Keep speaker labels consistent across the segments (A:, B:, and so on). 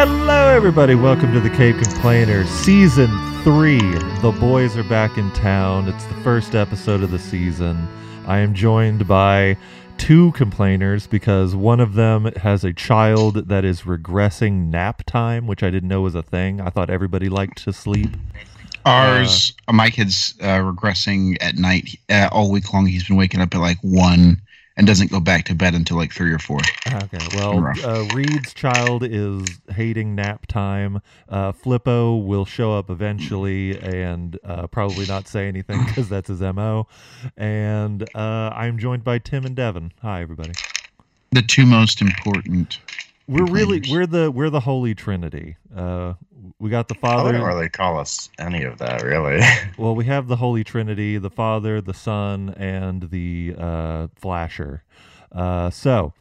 A: Hello, everybody. Welcome to the Cave Complainer, season three. The boys are back in town. It's the first episode of the season. I am joined by two complainers because one of them has a child that is regressing nap time, which I didn't know was a thing. I thought everybody liked to sleep.
B: Ours, my kid's uh, regressing at night uh, all week long. He's been waking up at like one and doesn't go back to bed until like three or four.
A: Okay, well,
B: Rough.
A: uh, Reed's child is hating nap time. Uh, Flippo will show up eventually and uh, probably not say anything because that's his MO. And uh, I'm joined by Tim and Devin. Hi, everybody.
B: The two most important.
A: We're really
B: Complainers.
A: we're the we're the holy trinity. Uh, we got the
C: I
A: Father.
C: wouldn't really call us any of that, really.
A: Well, we have the Holy Trinity, the Father, the Son, and the uh, Flasher. Uh, so,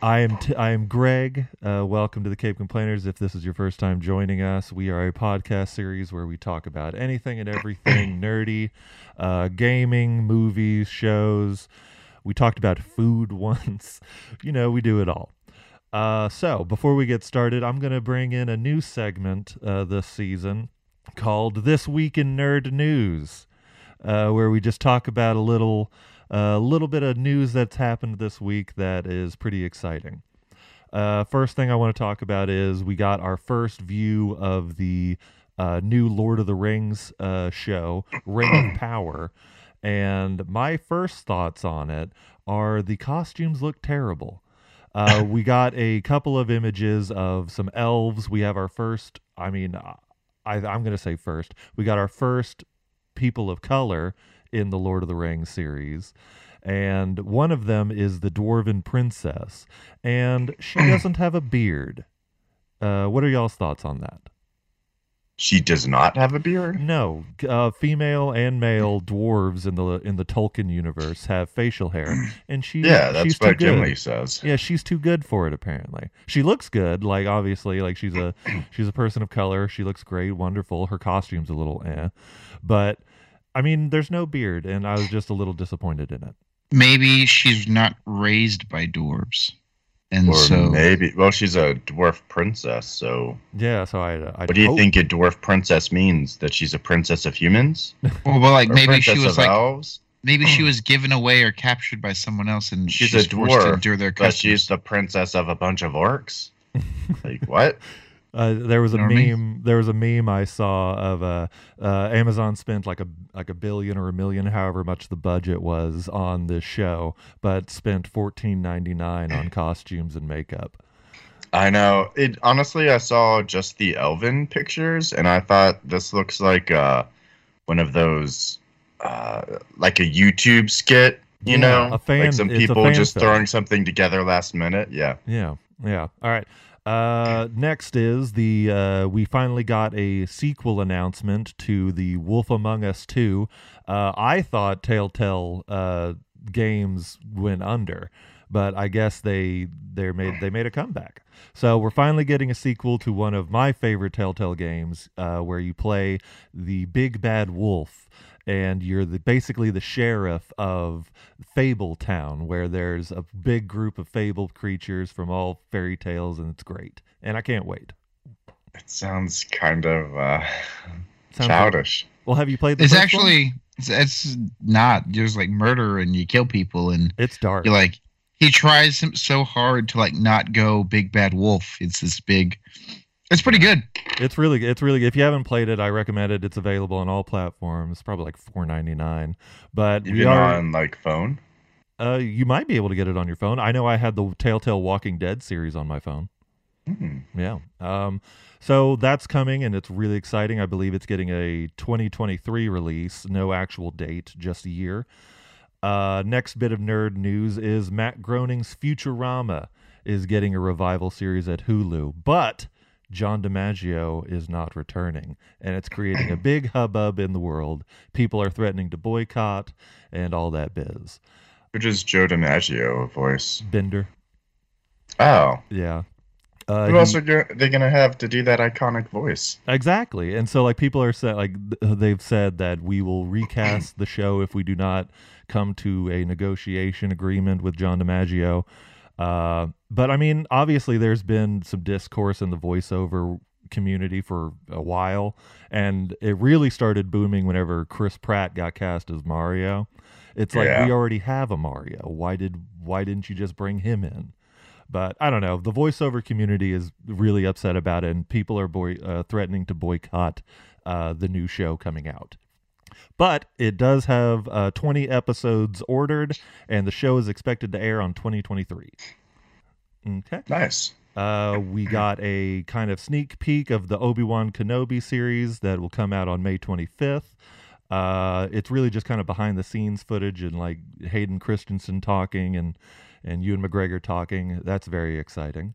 A: I am t- I am Greg. Uh, welcome to the Cape Complainers. If this is your first time joining us, we are a podcast series where we talk about anything and everything nerdy, uh, gaming, movies, shows. We talked about food once. you know, we do it all. Uh, so, before we get started, I'm going to bring in a new segment uh, this season called This Week in Nerd News, uh, where we just talk about a little, uh, little bit of news that's happened this week that is pretty exciting. Uh, first thing I want to talk about is we got our first view of the uh, new Lord of the Rings uh, show, Ring of Power. And my first thoughts on it are the costumes look terrible. Uh, we got a couple of images of some elves. We have our first, I mean, uh, I, I'm going to say first, we got our first people of color in the Lord of the Rings series. And one of them is the dwarven princess. And she doesn't have a beard. Uh, what are y'all's thoughts on that?
C: she does not have a beard.
A: No, uh, female and male dwarves in the in the Tolkien universe have facial hair, and she
C: Yeah, that's
A: she's too
C: what Jim
A: good.
C: Lee says.
A: Yeah, she's too good for it. Apparently, she looks good. Like obviously, like she's a she's a person of color. She looks great, wonderful. Her costume's a little eh, but I mean, there's no beard, and I was just a little disappointed in it.
B: Maybe she's not raised by dwarves, and
C: Or
B: so
C: maybe, well, she's a dwarf princess, so.
A: Yeah, so I. I
C: What do you
A: oh,
C: think a dwarf princess means? That she's a princess of humans?
B: well, but like
C: Or
B: maybe
C: princess
B: she was
C: of
B: like
C: elves?
B: maybe she was given away or captured by someone else, and
C: She's
B: she's,
C: a
B: forced to
C: dwarf,
B: endure their
C: But
B: customs.
C: she's the princess of a bunch of orcs? like, what?
A: Uh, there was a
B: You know what I
A: meme.
B: mean?
A: There was a meme I saw of uh, uh, Amazon spent like a like a billion or a million, however much the budget was on this show, but spent fourteen ninety nine on costumes and makeup.
C: I know. It honestly, I saw just the elven pictures, and I thought this looks like uh, one of those, uh, like a YouTube skit. You
A: Yeah,
C: know,
A: a fan-
C: like some
A: it's a
C: people
A: fan
C: just
A: film.
C: throwing something together last minute. Yeah,
A: Yeah, yeah. All right. Uh, next is the uh, we finally got a sequel announcement to the Wolf Among Us Two. Uh, I thought Telltale uh, Games went under, but I guess they they made they made a comeback. So we're finally getting a sequel to one of my favorite Telltale games, uh, where you play the big bad wolf, and you're the basically the sheriff of Fable Town, where there's a big group of fable creatures from all fairy tales, and it's great. And I can't wait.
C: it sounds kind of uh,
A: Sounds like-
C: childish.
A: well, have you played? The
B: it's
A: first one?
B: actually it's, it's not. There's like murder, and you kill people, and
A: it's dark.
B: you like he tries him so hard to like not go big bad wolf. It's this big. It's pretty good.
A: It's really it's really if you haven't played it, I recommend it. It's available on all platforms. Probably like four ninety nine, but we
C: Even
A: are
C: on like phone.
A: uh, you might be able to get it on your phone. I know I had the Telltale Walking Dead series on my phone.
C: Hmm.
A: Yeah. Um, so that's coming and it's really exciting. I believe it's getting a 2023 release, no actual date, just a year. Uh, next bit of nerd news is Matt Groening's Futurama is getting a revival series at Hulu, but John DiMaggio is not returning, and it's creating a big hubbub in the world. People are threatening to boycott and all that biz.
C: Which is Joe DiMaggio voice?
A: Bender,
C: Oh,
A: yeah. Uh,
C: who else
A: he-
C: are go- they gonna have to do that iconic voice?
A: Exactly. And so like people are said like th- they've said that we will recast the show if we do not come to a negotiation agreement with John DiMaggio. Uh, but I mean, obviously, there's been some discourse in the voiceover community for a while, and it really started booming whenever Chris Pratt got cast as Mario. It's like
C: Yeah.
A: we already have a Mario. Why did why didn't you just bring him in? But I don't know. The voiceover community is really upset about it, and people are boy- uh, threatening to boycott uh, the new show coming out. But it does have uh, 20 episodes ordered, and the show is expected to air on 2023. Okay.
C: Nice.
A: Uh, we got a kind of sneak peek of the Obi Wan Kenobi series that will come out on May 25th. Uh, it's really just kind of behind the scenes footage and like Hayden Christensen talking and and Ewan McGregor talking. That's very exciting.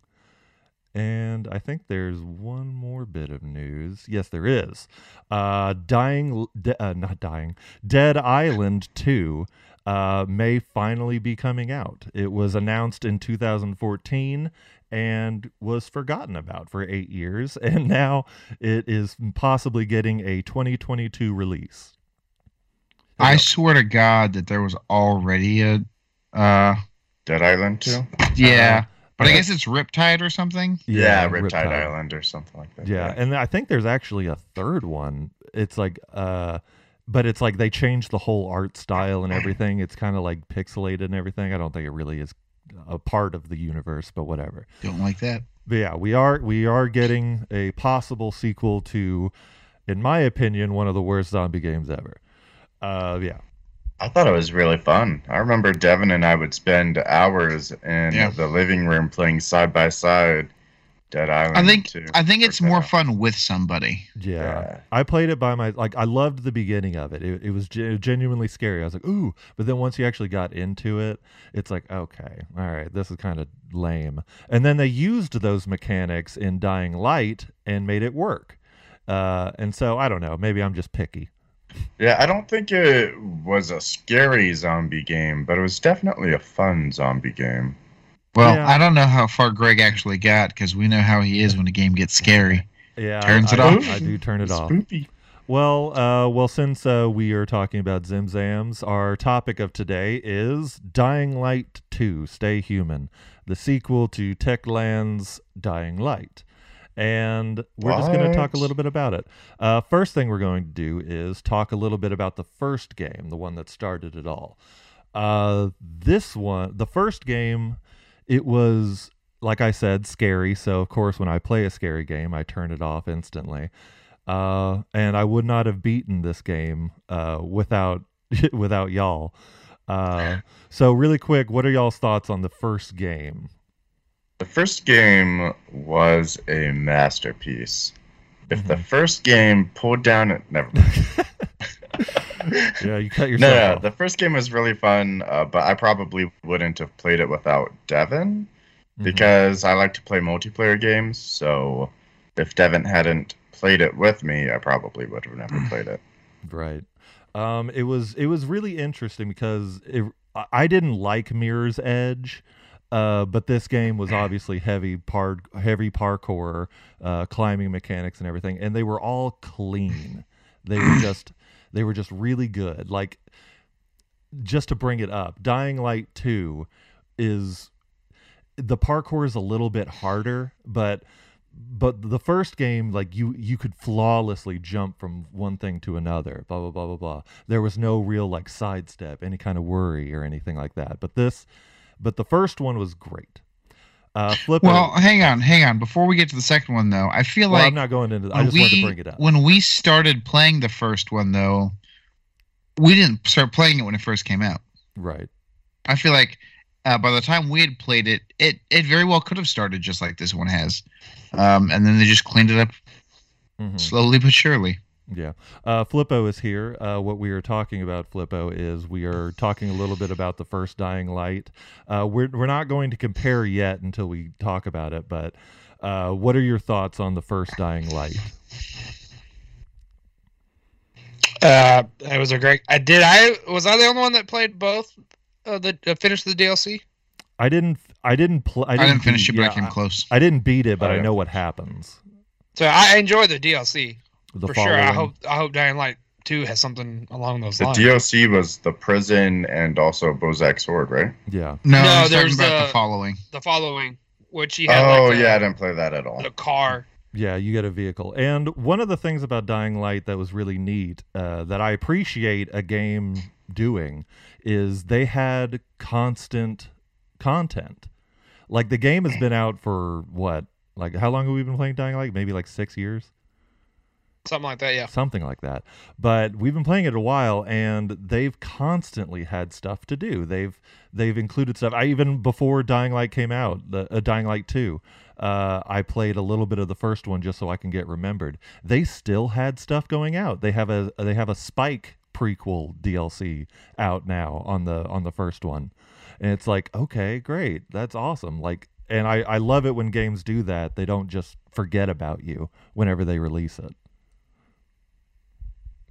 A: And I think there's one more bit of news. Yes, there is. Uh, dying, de- uh, not dying. Dead Island Two uh, may finally be coming out. It was announced in 2014 and was forgotten about for eight years, and now it is possibly getting a 2022 release.
B: I swear to God that there was already a, uh,
C: Dead Island too.
B: yeah, but I
A: yeah.
B: guess it's Riptide or something.
C: Yeah, Riptide,
A: Riptide.
C: Island or something like that.
A: Yeah, and I think there's actually a third one. It's like uh but it's like they changed the whole art style and everything. It's kind of like pixelated and everything. I don't think it really is a part of the universe, but whatever.
B: Don't like that.
A: But yeah, we are we are getting a possible sequel to in my opinion one of the worst zombie games ever. Uh yeah.
C: I thought it was really fun. I remember Devin and I would spend hours in
B: Yeah.
C: the living room playing side by side Dead Island.
B: I think
C: too.
B: I think it's
C: Or
B: more
C: Dead
B: fun with somebody.
A: Yeah.
C: Yeah.
A: I played it by my like I loved the beginning of it. It, it was ge- genuinely scary. I was like, "Ooh," but then once you actually got into it, it's like, "Okay. All right, this is kind of lame." And then they used those mechanics in Dying Light and made it work. Uh, and so I don't know, maybe I'm just picky.
C: Yeah, I don't think it was a scary zombie game, but it was definitely a fun zombie game.
B: Well,
A: Yeah.
B: I don't know how far Greg actually got because we know how he is when a game gets scary.
A: Yeah. I-
B: Turns it
A: I-
C: off.
A: I do turn it off.
C: Spoopy.
A: Well, uh, well, since uh, we are talking about Zimzams, our topic of today is Dying Light 2 Stay Human, the sequel to Techland's Dying Light. And we're just going to talk a
C: What?
A: little bit about it. Uh, first thing we're going to do is talk a little bit about the first game, the one that started it all. Uh, this one, the first game, it was, like I said, scary. So, of course, when I play a scary game, I turn it off instantly uh, and I would not have beaten this game uh, without without y'all. Uh, so really quick, what are y'all's thoughts on the first game?
C: The first game was a masterpiece. If
A: Mm-hmm.
C: the first game pulled down, it never. mind.
A: yeah, you cut
C: no,
A: yourself.
C: no,
A: off.
C: the first game was really fun, uh, but I probably wouldn't have played it without Devin
A: Mhm.
C: because I like to play multiplayer games. So if Devin hadn't played it with me, I probably would have never played it.
A: Mm-hmm. Right. Um, it was it was really interesting because it, I- I didn't like Mirror's Edge, uh, but this game was obviously heavy par heavy parkour, uh, climbing mechanics and everything, and they were all clean. They were just they were just really good. Like just to bring it up, Dying Light Two is the parkour is a little bit harder, but but the first game, like you you could flawlessly jump from one thing to another, blah blah blah blah blah. There was no real like sidestep, any kind of worry or anything like that. But this, but the first one was great. Uh, Flipper.
B: Well, hang on, hang on. Before we get to the second one, though, I feel
A: well,
B: like
A: I'm not going into. that. I
B: when
A: just wanted
B: we
A: to bring it up.
B: when we started playing the first one, though, we didn't start playing it when it first came out.
A: right.
B: I feel like uh, by the time we had played it, it it very well could have started just like this one has, um, and then they just cleaned it up
A: Mhm.
B: slowly but surely.
A: Yeah. Uh, Flippo is here. Uh, what we are talking about, Flippo, is we are talking a little bit about the first Dying Light. Uh, we're, we're not going to compare yet until we talk about it, but uh, what are your thoughts on the first Dying Light?
D: Uh, it was a great. I did. I was I the only one that played both. Uh, the uh, finished the DLC.
A: I didn't. I didn't. Pl- I
B: I
A: didn't,
B: didn't, finish
A: beat-
B: it, but
A: yeah,
B: I came close.
A: I, I didn't beat it, but
C: Oh,
A: I
C: yeah.
A: know what happens.
D: So I enjoyed the DLC
A: The
D: for
A: following.
D: sure. I hope I hope Dying Light too has something along those
C: The
D: lines.
C: DOC was the prison and also Bozak Sword, right?
A: Yeah.
B: No,
D: No,
B: I was
D: there's
B: talking about
D: the-
B: the following.
D: The following, which he had
C: Oh
D: like the,
C: yeah, I didn't play that at all.
D: the car.
A: Yeah, you get a vehicle. And one of the things about Dying Light that was really neat uh, that I appreciate a game doing is they had constant content. Like the game has been out for what? Like how long have we been playing Dying Light? Maybe like six years?
D: Something like that, yeah.
A: something like that. But we've been playing it a while, and they've constantly had stuff to do. They've they've included stuff. I even before Dying Light came out, the uh, Dying Light Two, uh, I played a little bit of the first one just so I can get remembered. They still had stuff going out. They have a they have a Spike prequel DLC out now on the on the first one, and it's like okay, great, that's awesome. Like. And I, I love it when games do that. They don't just forget about you whenever they release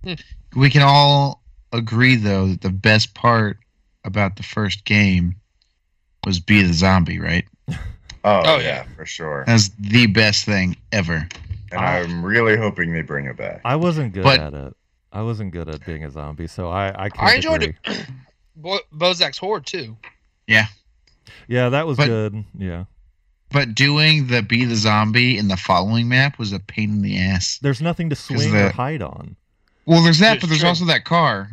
A: it.
B: We can all agree, though, that the best part about the first game was be the zombie, right?
C: Oh,
D: Oh,
C: yeah,
D: yeah.
C: for sure.
B: That's the best thing ever.
C: And
A: I-
C: I'm really hoping they bring it back.
A: I wasn't good
B: But-
A: at it. I wasn't good at being a zombie, so I I, can't
D: I enjoyed
A: agree.
D: it. Bo- Bozak's Horde too.
A: Yeah, that was
B: But-
A: good. Yeah,
B: But doing the be the zombie in the following map was a pain in the ass.
A: there's nothing to swing or
B: that-
A: hide on.
B: Well, there's that,
D: It's
B: but there's
D: true.
B: also that car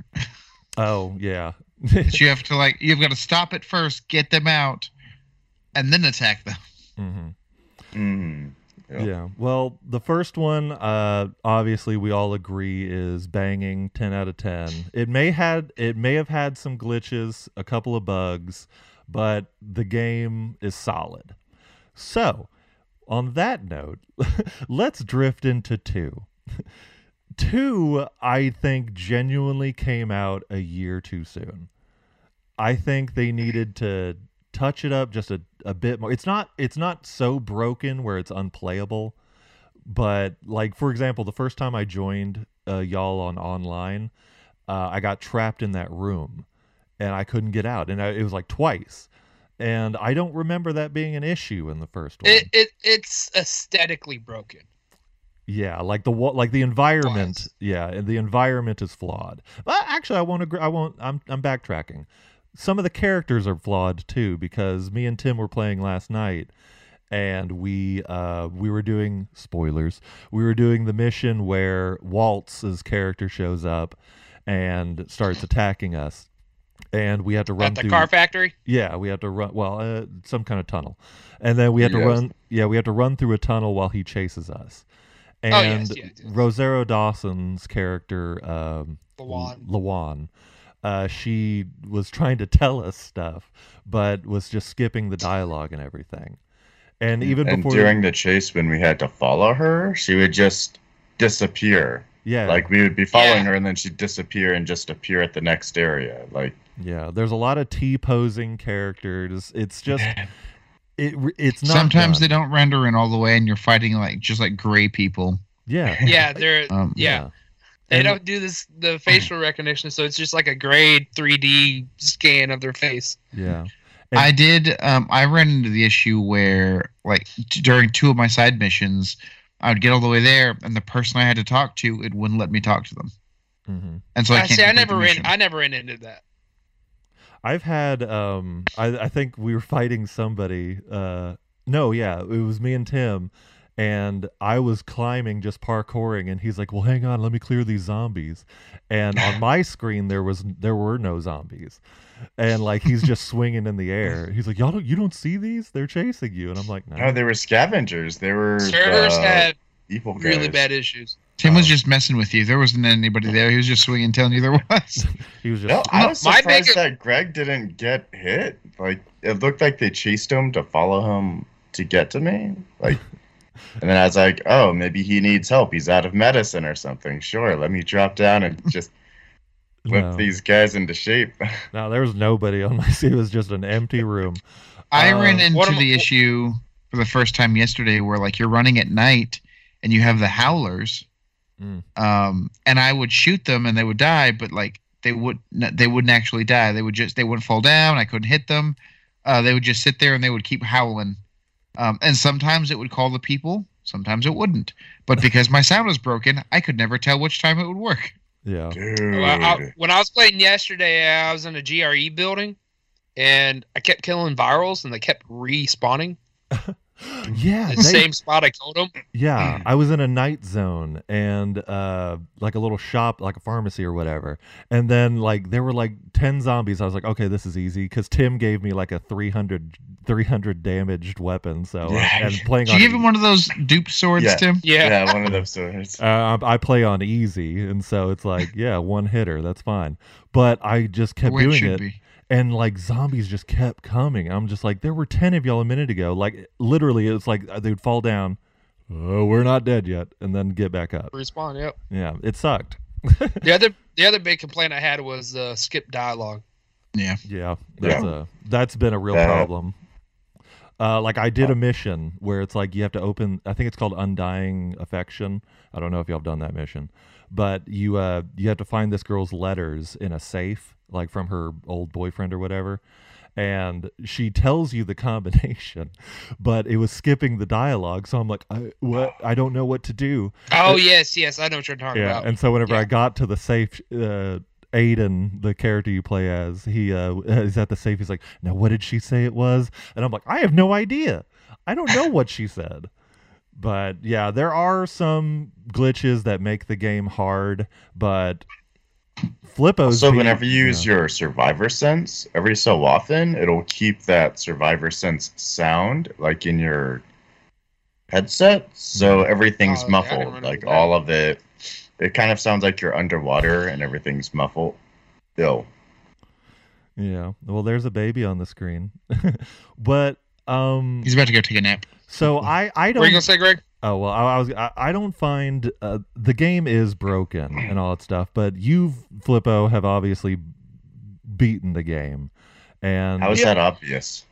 A: Oh yeah,
B: that you have to like. You've got to stop it first, get them out, and then attack them.
A: hmm
C: Mm. Yeah.
A: yeah. Well, the first one, uh, obviously, we all agree is banging. Ten out of ten. It may had it may have had some glitches, a couple of bugs, but the game is solid. So, on that note, let's drift into two. two, I think, genuinely came out a year too soon. I think they needed to touch it up just a, a bit more. It's not it's not so broken where it's unplayable, but like for example, the first time I joined uh, y'all on online, uh, I got trapped in that room and I couldn't get out, and I, it was like twice. And I don't remember that being an issue in the first one.
D: It, it it's aesthetically broken.
A: Yeah, like the wa- like the environment.
D: Flaws.
A: Yeah, and the environment is flawed. But actually, I won't agree. I won't. I'm I'm backtracking. Some of the characters are flawed too because me and Tim were playing last night, and we uh we were doing spoilers. We were doing the mission where Waltz's character shows up and starts attacking us, and we had to run
D: At the
A: through.
D: car factory.
A: Yeah, we had to run. Well, uh, some kind of tunnel, and then we had to
C: Yes.
A: run. Yeah, we had to run through a tunnel while he chases us. And
D: Oh, yes, yes, yes.
A: Rosero Dawson's character, um,
D: The one.
A: Lawan, uh, she was trying to tell us stuff, but was just skipping the dialogue and everything. And even
C: and
A: before,
C: during the chase when we had to follow her, she would just disappear.
A: yeah,
C: Like we would be following
D: Yeah.
C: her and then she'd disappear and just appear at the next area. Like
A: yeah, there's a lot of T posing characters. It's just, it, it's not.
B: Sometimes they
A: done.
B: don't render in all the way, and you're fighting like just like gray people.
A: Yeah,
D: Yeah, they're
B: Um,
D: yeah. They don't do this the facial recognition, so it's just like a grade 3D scan of their face.
A: yeah, And-
B: I did. Um, I ran into the issue where, like, t- during two of my side missions, I would get all the way there, and the person I had to talk to, it wouldn't let me talk to them,
A: hmm
B: and so I,
D: I
B: can't.
D: see. I
B: complete
D: never
B: the
D: ran.
B: mission.
D: I never ran into that.
A: I've had um I, I think we were fighting somebody uh no yeah it was me and Tim and I was climbing just parkouring and he's like well hang on let me clear these zombies and on my screen there was there were no zombies and like he's just swinging in the air he's like y'all don't you don't see these they're chasing you and I'm like no
C: no, they were scavengers. They were
D: Servers
C: the
D: had
C: evil guys.
D: really bad issues.
B: Tim was
A: Oh.
B: just messing with you. There wasn't anybody there. He was just swinging, telling you there was.
A: he was just
C: No, I was
D: My
C: surprised
D: biggest-
C: that Greg didn't get hit. Like it looked like they chased him to follow him to get to me. Like, and then I was like, oh, maybe he needs help. He's out of medicine or something. Sure, let me drop down and just whip
A: no,
C: these guys into shape.
A: no there was nobody on my it was just an empty room
B: I
A: Uh,
B: ran
D: what
B: into
D: am-
B: the issue for the first time yesterday, where like you're running at night and you have the howlers,
A: Mm.
B: um, and I would shoot them and they would die, but like they would n- they wouldn't actually die. They would just they wouldn't fall down. I couldn't hit them. Uh, they would just sit there and they would keep howling, um, and sometimes it would call the people, sometimes it wouldn't. But because my sound was broken, I could never tell which time it would work.
A: Yeah.
C: Dude.
D: Well, I- when I was playing yesterday, I was in a GRE building, and I kept killing virals, and they kept respawning
A: Yeah. Ah,
D: the
A: they-
D: same spot I killed them.
A: Yeah, I was in a night zone and uh like a little shop, like a pharmacy or whatever. And then like there were like 10 zombies. I was like, "Okay, this is easy cuz Tim gave me like a 300 300 damaged weapon." So uh,
C: Yeah.
A: and playing
B: Did you
A: on
B: give him one of those dupe swords,
C: Yeah.
B: Tim?
D: Yeah.
C: yeah, one of those swords.
A: uh, I I play on easy, and so it's like, yeah, one hitter, that's fine. But I just
B: The
A: kept
B: way it
A: doing
B: should
A: it,
B: be.
A: and like zombies just kept coming. I'm just like, there were ten of y'all a minute ago. Like literally, it's like uh, they would fall down. Oh, we're not dead yet, and then get back up.
D: Respawn. Yep.
A: Yeah, it sucked.
D: The other the other big complaint I had was uh, skip dialogue.
A: Yeah, that's a that's been a real
C: That-
A: problem. Uh, like I did a mission where it's like you have to open. I think it's called Undying Affection. I don't know if y'all have done that mission, but you uh you have to find this girl's letters in a safe, like from her old boyfriend or whatever, and she tells you the combination, but it was skipping the dialogue. So I'm like, I, what? I don't know what to do.
D: Oh yes, yes, I know what you're talking
A: Yeah,
D: about.
A: and so whenever
D: Yeah.
A: I got to the safe, uh, Aiden, the character you play as, he uh, is at the safe. He's like, "Now, what did she say it was?" And I'm like, "I have no idea. I don't know what she said." But yeah, there are some glitches that make the game hard, but Flippo's.
C: So
A: beat-
C: whenever you use
A: yeah.
C: your survivor sense, every so often it'll keep that survivor sense sound like in your headset, so everything's
D: Oh, okay, I didn't
C: muffled.
D: remember
C: Like
D: that.
C: all of it, it kind of sounds like you're underwater and everything's muffled. Still,
A: yeah, well, there's a baby on the screen, but um,
B: He's about to go take a nap.
A: so I I
D: Were you
A: don't
D: gonna say, Greg?
A: Oh well, I, I was. I, I don't find uh, the game is broken and all that stuff, but you, Flippo, have obviously beaten the game, and
C: how is that obvious?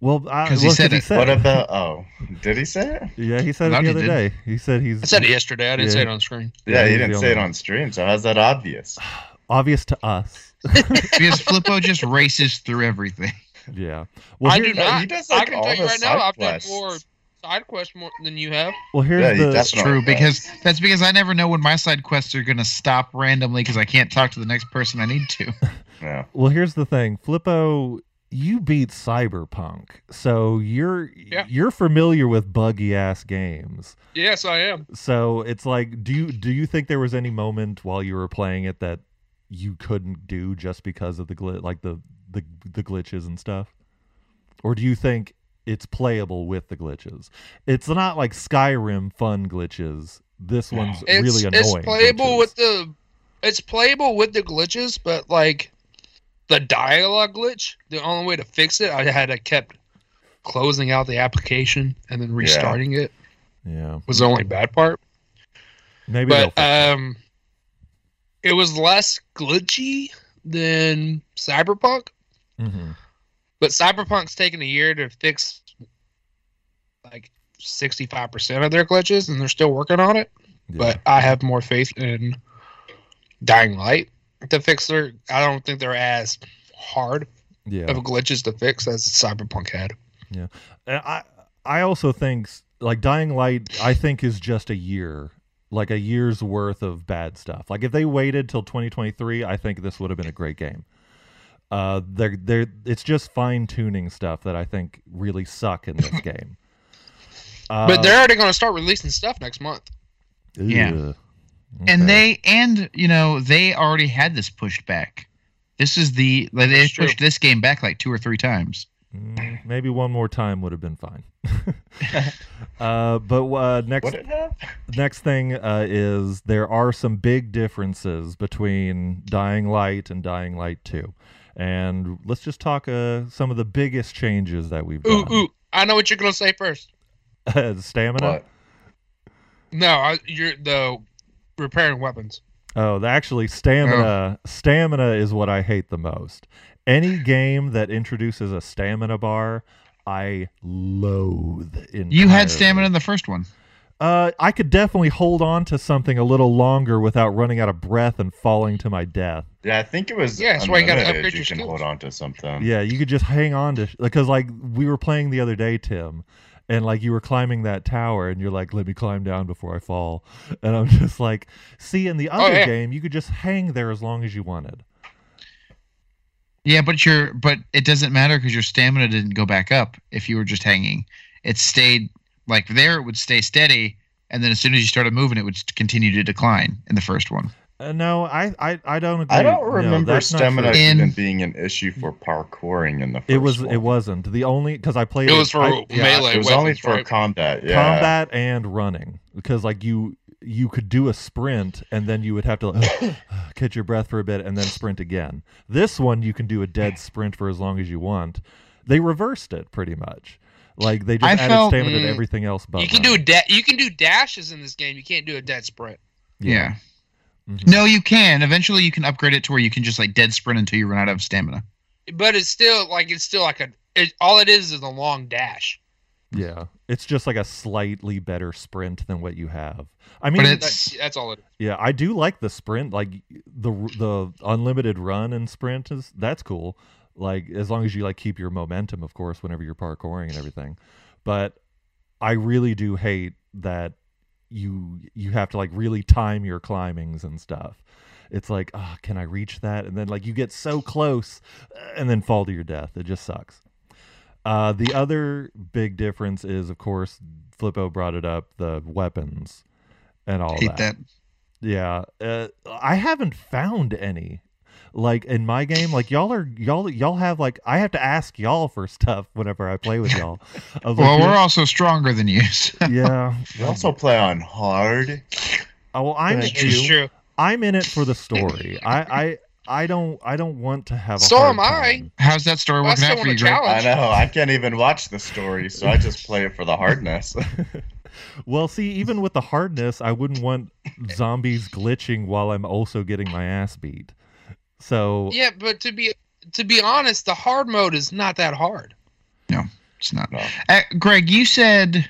A: well, I-
B: 'Cause he
A: well,
B: said it.
A: said
C: What
A: it.
C: about? Oh, did he say it?
A: Yeah, he said it
B: Love
A: the
B: you,
A: other
B: dude.
A: day. He said he's
D: I said it yesterday. I didn't
A: Yeah.
D: say it on the screen.
C: Yeah,
A: he's
C: he
A: the
C: didn't
A: only
C: say it
A: one.
C: on stream. So how's that obvious?
A: obvious to us.
B: Because Flippo just races through everything.
A: yeah. Well,
D: I
A: here-
D: do
C: No,
D: not.
C: he does
D: I
C: like
D: can
C: all
D: tell you
C: the
D: right now,
C: side
D: I've done
C: quests.
D: more side quests more than you have.
A: well, here's
C: Yeah, he
A: the.
C: does.
B: That's
C: That's
B: true
C: not bad.
B: because that's because I never know when my side quests are gonna stop randomly because I can't talk to the next person I need to.
C: Yeah.
A: Well, here's the thing, Flippo. You beat Cyberpunk, so you're
D: Yeah.
A: you're familiar with buggy ass games.
D: Yes, I am.
A: So it's like, do you do you think there was any moment while you were playing it that you couldn't do just because of the glit, like the the the glitches and stuff, or do you think it's playable with the glitches? It's not like Skyrim fun glitches. This one's
D: It's
A: really annoying.
D: it's playable
A: glitches.
D: with the it's playable with the glitches, but like the dialogue glitch, the only way to fix it, I had to kept closing out the application and then restarting it
A: yeah,
D: was the only bad part.
A: maybe.
D: but
A: they'll fix
D: um, it was less glitchy than Cyberpunk.
A: it.
D: uh,
A: Mhm.
D: But Cyberpunk's taken a year to fix like sixty five percent of their glitches, and they're still working on it.
A: Yeah.
D: But I have more faith in Dying Light to fix their. I don't think they're as hard
A: yeah,
D: of glitches to fix as Cyberpunk had.
A: And I I also think like Dying Light I think is just a year like a year's worth of bad stuff. Like if they waited till 2023, I think this would have been a great game. Uh, they're they're it's just fine tuning stuff that I think really suck in this game. Uh,
D: but they're already going to start releasing stuff next month.
B: Yeah.
A: ugh.
B: And
A: Okay.
B: they and you know they already had this pushed back. This is the like, they
D: That's true.
B: pushed this game back like two or three times.
A: Mm, maybe one more time would have been fine. uh, but uh, next
C: What did it have?
A: next thing uh, is there are some big differences between Dying Light and Dying Light 2. And let's just talk uh, some of the biggest changes that we've
D: Ooh,
A: done.
D: ooh! I know what you're going to say first.
A: Stamina.
C: What?
D: No, I, you're the repairing weapons.
A: Oh, the- actually, stamina. Stamina is what I hate the most. Any game that introduces a stamina bar, I loathe. Entirely.
B: You had stamina in the first one.
A: Uh, I could definitely hold on to something a little longer without running out of breath and falling to my death.
C: Yeah, I think it was.
D: Yeah, that's why you gotta
C: unlimited.
D: upgrade your
C: can
D: skills.
C: hold on to something.
A: Yeah, you could just hang on to because like we were playing the other day, Tim, and like you were climbing that tower and you're like let me climb down before i fall and i'm just like see in the other
D: yeah.
A: game you could just hang there as long as you wanted
B: Yeah, but your but it doesn't matter because your stamina didn't go back up if you were just hanging. It stayed like there. It would stay steady, and then as soon as you started moving, it would s- continue to decline in the first one.
A: uh, no I, I i don't agree
C: I don't
A: No,
C: remember
A: that's not true.
C: stamina
B: In-
C: even being an issue for parkouring in the first
A: it was
C: one.
A: it wasn't the only because i played
D: It was for
A: I-
D: melee
C: it was
D: weapons,
C: only for
D: right?
C: combat. Yeah.
A: combat and running because like you you could do a sprint and then you would have to like, catch your breath for a bit and then sprint again this one you can do a dead sprint for as long as you want they reversed it pretty much like they just
B: I
A: added
B: felt-
A: stamina to
D: Mm.
A: everything else but
D: you can do
A: running.
D: a da- you can do dashes in this game. You can't do a dead sprint.
B: Yeah.
A: Mhm.
B: No, you can. Eventually, you can upgrade it to where you can just like dead sprint until you run out of stamina.
D: But it's still like it's still like a it, all it is is a long dash.
A: yeah it's just like a slightly better sprint than what you have i mean
B: But
D: That-
B: it's
D: that's all it is.
A: Yeah, I do like the sprint, like the the unlimited run and sprint is that's cool. Like as long as you like keep your momentum, of course, whenever you're parkouring and everything. But I really do hate that you you have to like really time your climbings and stuff. It's like, ah, can I reach that? And then like you get so close uh, and then fall to your death. It just sucks. Uh, the other big difference is, of course, Flippo brought it up, the weapons and all
B: hate that.
A: yeah, uh, I haven't found any. Like in my game, like y'all are y'all y'all have like I have to ask y'all for stuff whenever I play with y'all. I was
B: Well,
A: like,
B: we're also stronger than you. so-
A: yeah.
C: We also play on hard.
A: Oh, well, I'm
C: Thank
D: It's true.
A: I'm in it for the story. I I I don't I don't want to have. A
D: So
A: hard
D: am I.
A: time.
B: How's that story
D: Well, I
B: working
D: still
B: out for
D: want
B: you,
D: to
B: Greg?
D: challenge.
C: I know. I can't even watch the story, so I just play it for the hardness.
A: Well, see, even with the hardness, I wouldn't want zombies glitching while I'm also getting my ass beat. So
D: Yeah, but to be to be honest, the hard mode is not that hard.
B: It's not.
C: No.
B: Uh, Greg, you said,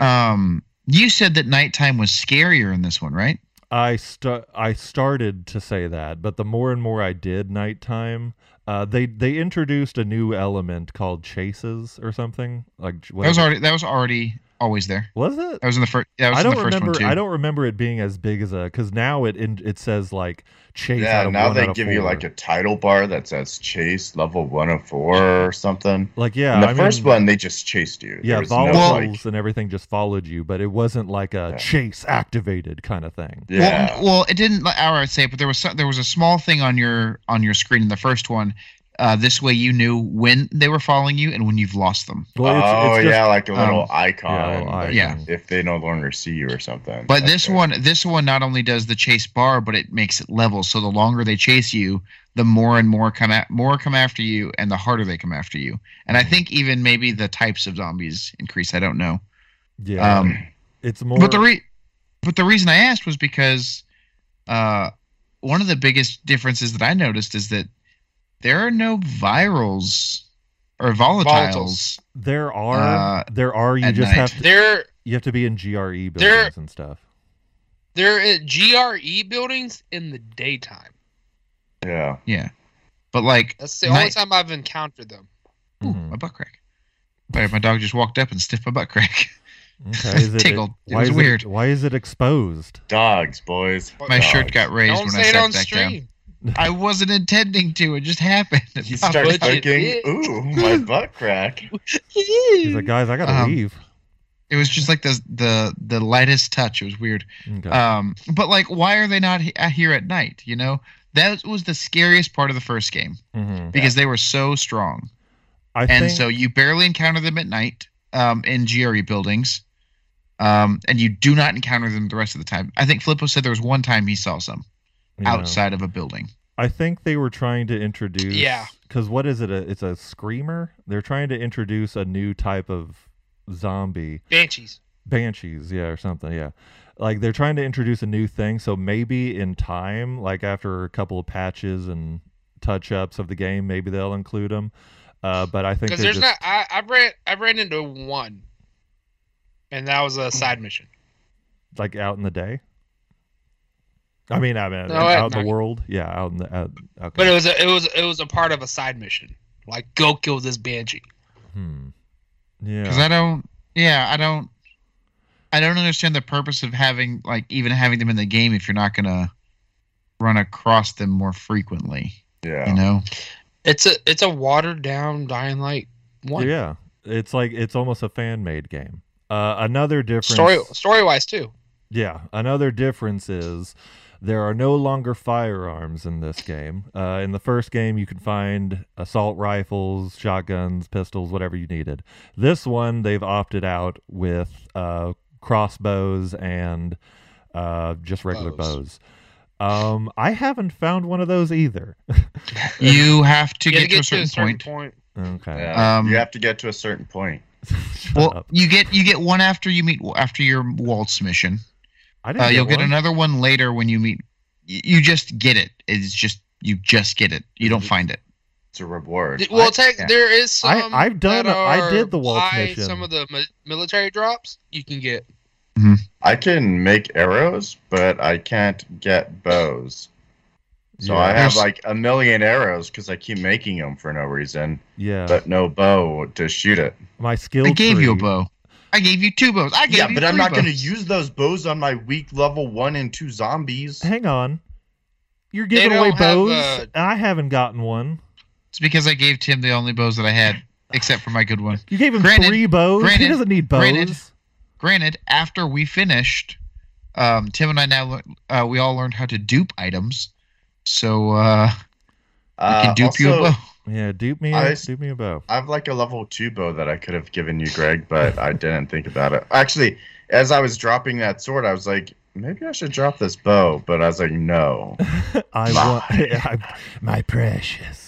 B: um, you said that nighttime was scarier in this one, right?
A: I st- I started to say that, but the more and more I did nighttime, uh, they they introduced a new element called chases or something like ch-
B: That was
A: whatever-
B: already. That was already always there.
A: was it?
B: That was in the first. That was
A: I
B: in the
A: don't
B: first
A: remember.
B: one too.
A: I don't remember it being as big as a because now it in, it says like chase. out
C: yeah,
A: of
C: now
A: one,
C: they
A: out of
C: give you
A: four.
C: like a title bar that says chase level 104 or something.
A: like yeah.
C: In the
A: I
C: first
A: mean,
C: one, they just chased you.
A: yeah,
C: There was no,
A: volatiles
C: like,
A: and everything just followed you, but it wasn't like a
C: Yeah.
A: chase activated kind of thing.
C: yeah.
B: Well, well, it didn't. like I would say, but there was some, there was a small thing on your on your screen in the first one. Uh, this way, you knew when they were following you and when you've lost them.
A: Well, it's,
C: oh
A: it's just,
C: yeah, like a little
B: um,
A: yeah, well,
C: icon. like,
B: yeah.
A: I-
C: If they no longer see you or something.
B: But
C: That's
B: this
C: it.
B: one, this one not only does the chase bar, but it makes it level. So the longer they chase you, the more and more come at, more come after you, and the harder they come after you. And I think even maybe the types of zombies increase. I don't know.
A: yeah.
B: Um,
A: it's more.
B: but the re- but the reason I asked was because uh, one of the biggest differences that I noticed is that there are no virals or volatiles.
A: there are
B: uh,
A: there are you
B: at
A: just
B: night.
A: have to
D: There
A: You have to be in GRE buildings
D: There-
A: and stuff.
D: there are GRE E buildings in the daytime.
C: Yeah.
B: Yeah, but like
D: That's the
B: Night-
D: only time I've encountered them.
B: ooh,
A: Mhm.
B: my butt crack. Sorry, my dog just walked up and sniffed my butt crack.
A: Okay, is it-
B: Tickled. It
A: why
B: was
A: is
B: weird.
A: why is it exposed?
C: Dogs, boys.
B: My
C: Dogs.
B: shirt got raised
D: Don't
B: when
D: say
B: I
D: it on
B: sat back down.
D: stream.
B: I wasn't intending to. It just happened. It
C: He
B: popped
C: starts
D: But you
B: up.
C: thinking,
D: did.
C: ooh, my butt crack.
A: He's like, guys, I gotta
B: Um,
A: leave.
B: It was just like the the the lightest touch. It was weird.
A: Okay.
B: Um, but like, why are they not he- uh, here at night? You know, that was the scariest part of the first game
A: Mhm.
B: because they were so strong,
A: I
B: and
A: think
B: so you barely encounter them at night um, in GRE buildings, um, and you do not encounter them the rest of the time. I think Flippo said there was one time he saw some
A: yeah.
B: outside of a building.
A: I think they were trying to introduce.
D: Yeah.
A: Because what is it? A, it's a screamer. They're trying to introduce a new type of zombie,
D: Banshees.
A: banshees, yeah, or something, yeah. Like they're trying to introduce a new thing, so maybe in time, like after a couple of patches and touch ups of the game, maybe they'll include them. Uh, but I think
D: Because
A: they're
D: there's
A: just,
D: not. I, I ran. I ran into one, and that was a side mission.
A: like out in the day. I mean, I mean,
D: No, at
A: out in the
D: night.
A: world. Yeah, out in the. Out, okay.
D: But it was a, it was it was a part of a side mission. Like go kill this banshee.
A: hmm.
B: Because
A: Yeah.
B: I don't, Yeah, I don't. I don't understand the purpose of having like even having them in the game if you're not gonna run across them more frequently.
C: Yeah.
B: You know.
D: It's a it's a watered down Dying Light one.
A: Yeah, it's like it's almost a fan made game. Uh, another difference.
D: Story story wise too.
A: Yeah, another difference is there are no longer firearms in this game. Uh, in the first game, you could find assault rifles, shotguns, pistols, whatever you needed. This one, they've opted out with uh, crossbows and uh, just regular bows.
D: Bows.
A: Um, I haven't found one of those either.
B: You have to
D: You
B: get,
D: have
B: to a certain point.
A: okay.
C: Yeah.
B: Um,
C: you have to get to a certain point.
A: Shut
B: Well,
A: up.
B: you get you get one after you meet after your waltz mission.
A: I didn't
B: Uh, you'll get
A: one.
B: another one later when you meet. y- You just get it. It's just you just get it. You don't find it.
C: It's a reward.
D: Well,
B: I-
D: take
B: yeah.
D: there is
A: I-
D: some.
A: I've done-
D: that
A: I did
D: are
A: the Waltz
D: by
A: mission.
D: Some of the mi- military drops you can get.
C: I can make arrows, but I can't get bows. So I
A: Yeah.
C: have
B: There's-
C: like a million arrows because I keep making them for no reason,
A: yeah.
C: but no bow to shoot it.
A: my skill.
B: I gave you a
A: tree-
B: bow. I gave you two bows. I gave
C: Yeah,
B: you
C: but I'm
B: three
C: not going to
B: bows.
C: use those bows on my weak level one and two zombies.
A: Hang on. You're
D: They
A: giving away
D: don't have,
A: bows,
D: uh,
A: and I haven't gotten one.
B: It's because I gave Tim the only bows that I had, except for my good one.
A: You gave him
B: Granted-
A: three bows. he
B: granted-
A: doesn't need bows.
B: granted- Granted, after we finished, um, Tim and I now lear- uh, we all learned how to dupe items, so uh, we
C: Uh,
B: can dupe you a
C: also,
B: bow.
A: Yeah, dupe me,
C: I
A: a
C: s-
A: dupe me a bow.
C: I have like a level two bow that I could have given you, Greg, but I didn't think about it. Actually, as I was dropping that sword, I was like, maybe I should drop this bow, but I was like, no.
A: I want I, my precious.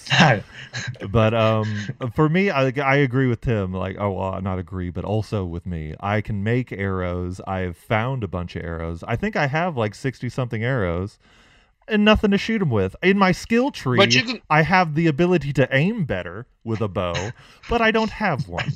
A: But um, for me, I I agree with Tim. Like, oh, well, not agree, but also with me. I can make arrows. I've found a bunch of arrows. I think I have like sixty something arrows, and nothing to shoot them with. In my skill tree,
D: But you can
A: I have the ability to aim better with a bow, but I don't have one.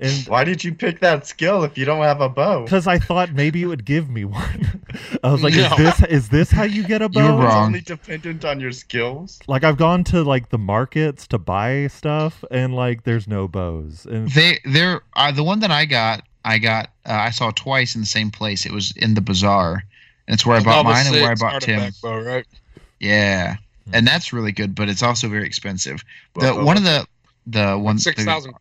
A: And
C: Why did you pick that skill if you don't have a bow?
A: because I thought maybe it would give me one. I was like,
D: No.
A: is this is this how you get a bow?
B: You were
C: It's
B: wrong.
D: Um,
C: only dependent on your skills.
A: Like I've gone to like the markets to buy stuff, and like there's no bows. And
B: They they're uh, the one that I got. I got uh, I saw twice in the same place. It was in the bazaar, and it's where I bought
D: Nova
B: mine and where I
D: six
B: bought Tim.
D: artifact bow, right?
B: Yeah,
A: Hmm.
B: and that's really good, but it's also very expensive. The
C: Well,
B: one of the the one
D: Six
B: the-
D: thousand.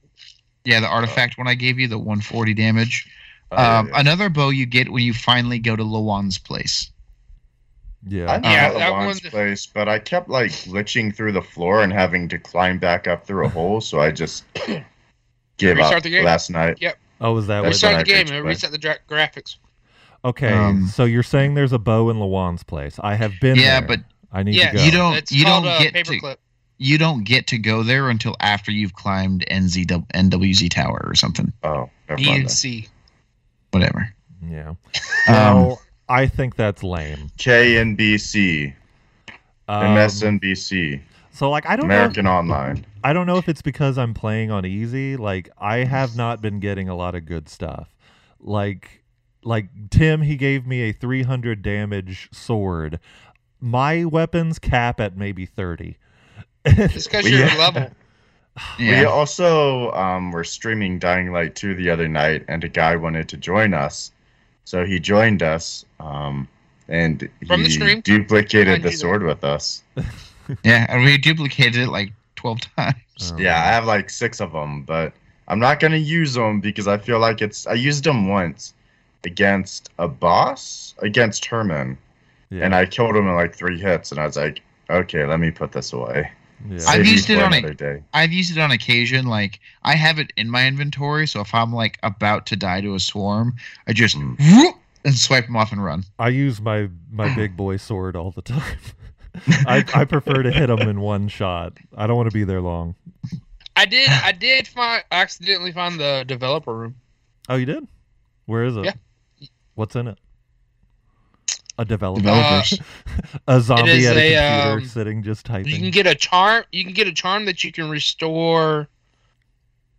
B: Yeah, the artifact one I gave you, the 140 damage.
C: uh,
D: Oh,
B: um, Another bow you get when you finally go to Lawan's place.
A: yeah,
C: I know
D: Yeah,
C: how the
D: that
C: launch
D: one-
C: place, but I kept like glitching through the floor and having to climb back up through a hole, so I just gave
D: Restart
C: up
D: the game.
C: last night.
A: oh, was that
C: That's
A: what?
C: what
D: Restart
C: I
D: the game
C: reached
D: and
C: by.
D: reset the dra- graphics.
A: Okay,
B: Um,
A: so you're saying there's a bow in Lawan's place. I have been.
B: yeah,
A: there.
B: but
A: I need
D: Yeah,
A: to go.
B: you don't
D: It's
B: you
D: called,
B: don't
D: uh,
B: get to
D: paperclip.
B: you don't get to go there until after you've climbed NZ NWZ tower or something.
C: Oh, never mind. then.
D: DNC.
B: Whatever.
A: Yeah.
B: Um,
A: Well, I think that's lame.
C: KNBC,
A: Um,
C: MSNBC,
A: so like I don't know.
C: American Online.
A: I don't know if it's because I'm playing on easy. Like I have not been getting a lot of good stuff. Like like Tim, he gave me a 300 damage sword. My weapons cap at maybe 30.
D: It's because you're
C: Yeah.
D: level.
B: yeah.
C: We also um, were streaming Dying Light 2 the other night, and a guy wanted to join us. So he joined us, um, and he
D: From the stream?
C: duplicated
D: Mine
C: the
D: either.
C: sword with us.
B: yeah, and we duplicated it like 12 times.
A: Um,
C: Yeah, I have like six of them, but I'm not gonna use them because I feel like it's. I used them once against a boss, against Herman,
A: yeah,
C: and I killed him in like three hits, and I was like, okay, let me put this away.
A: yeah.
B: I've
C: Save you
B: used it
C: for
B: on a-
C: another day.
B: I've used it on occasion. Like I have it in my inventory, so if I'm like about to die to a swarm, I just
C: Mm.
B: whoop, and swipe them off and run.
A: I use my my big boy sword all the time. I, I prefer to hit them in one shot. I don't want to be there long.
D: I did. I did find. I accidentally found the developer room.
A: Oh, you did? Where is it?
D: Yeah.
A: What's in it? A developer.
B: Developers.
A: a zombie
D: is
A: at a,
D: a,
A: computer
D: um,
A: sitting just typing.
D: You can get a charm. You can get a charm that you can restore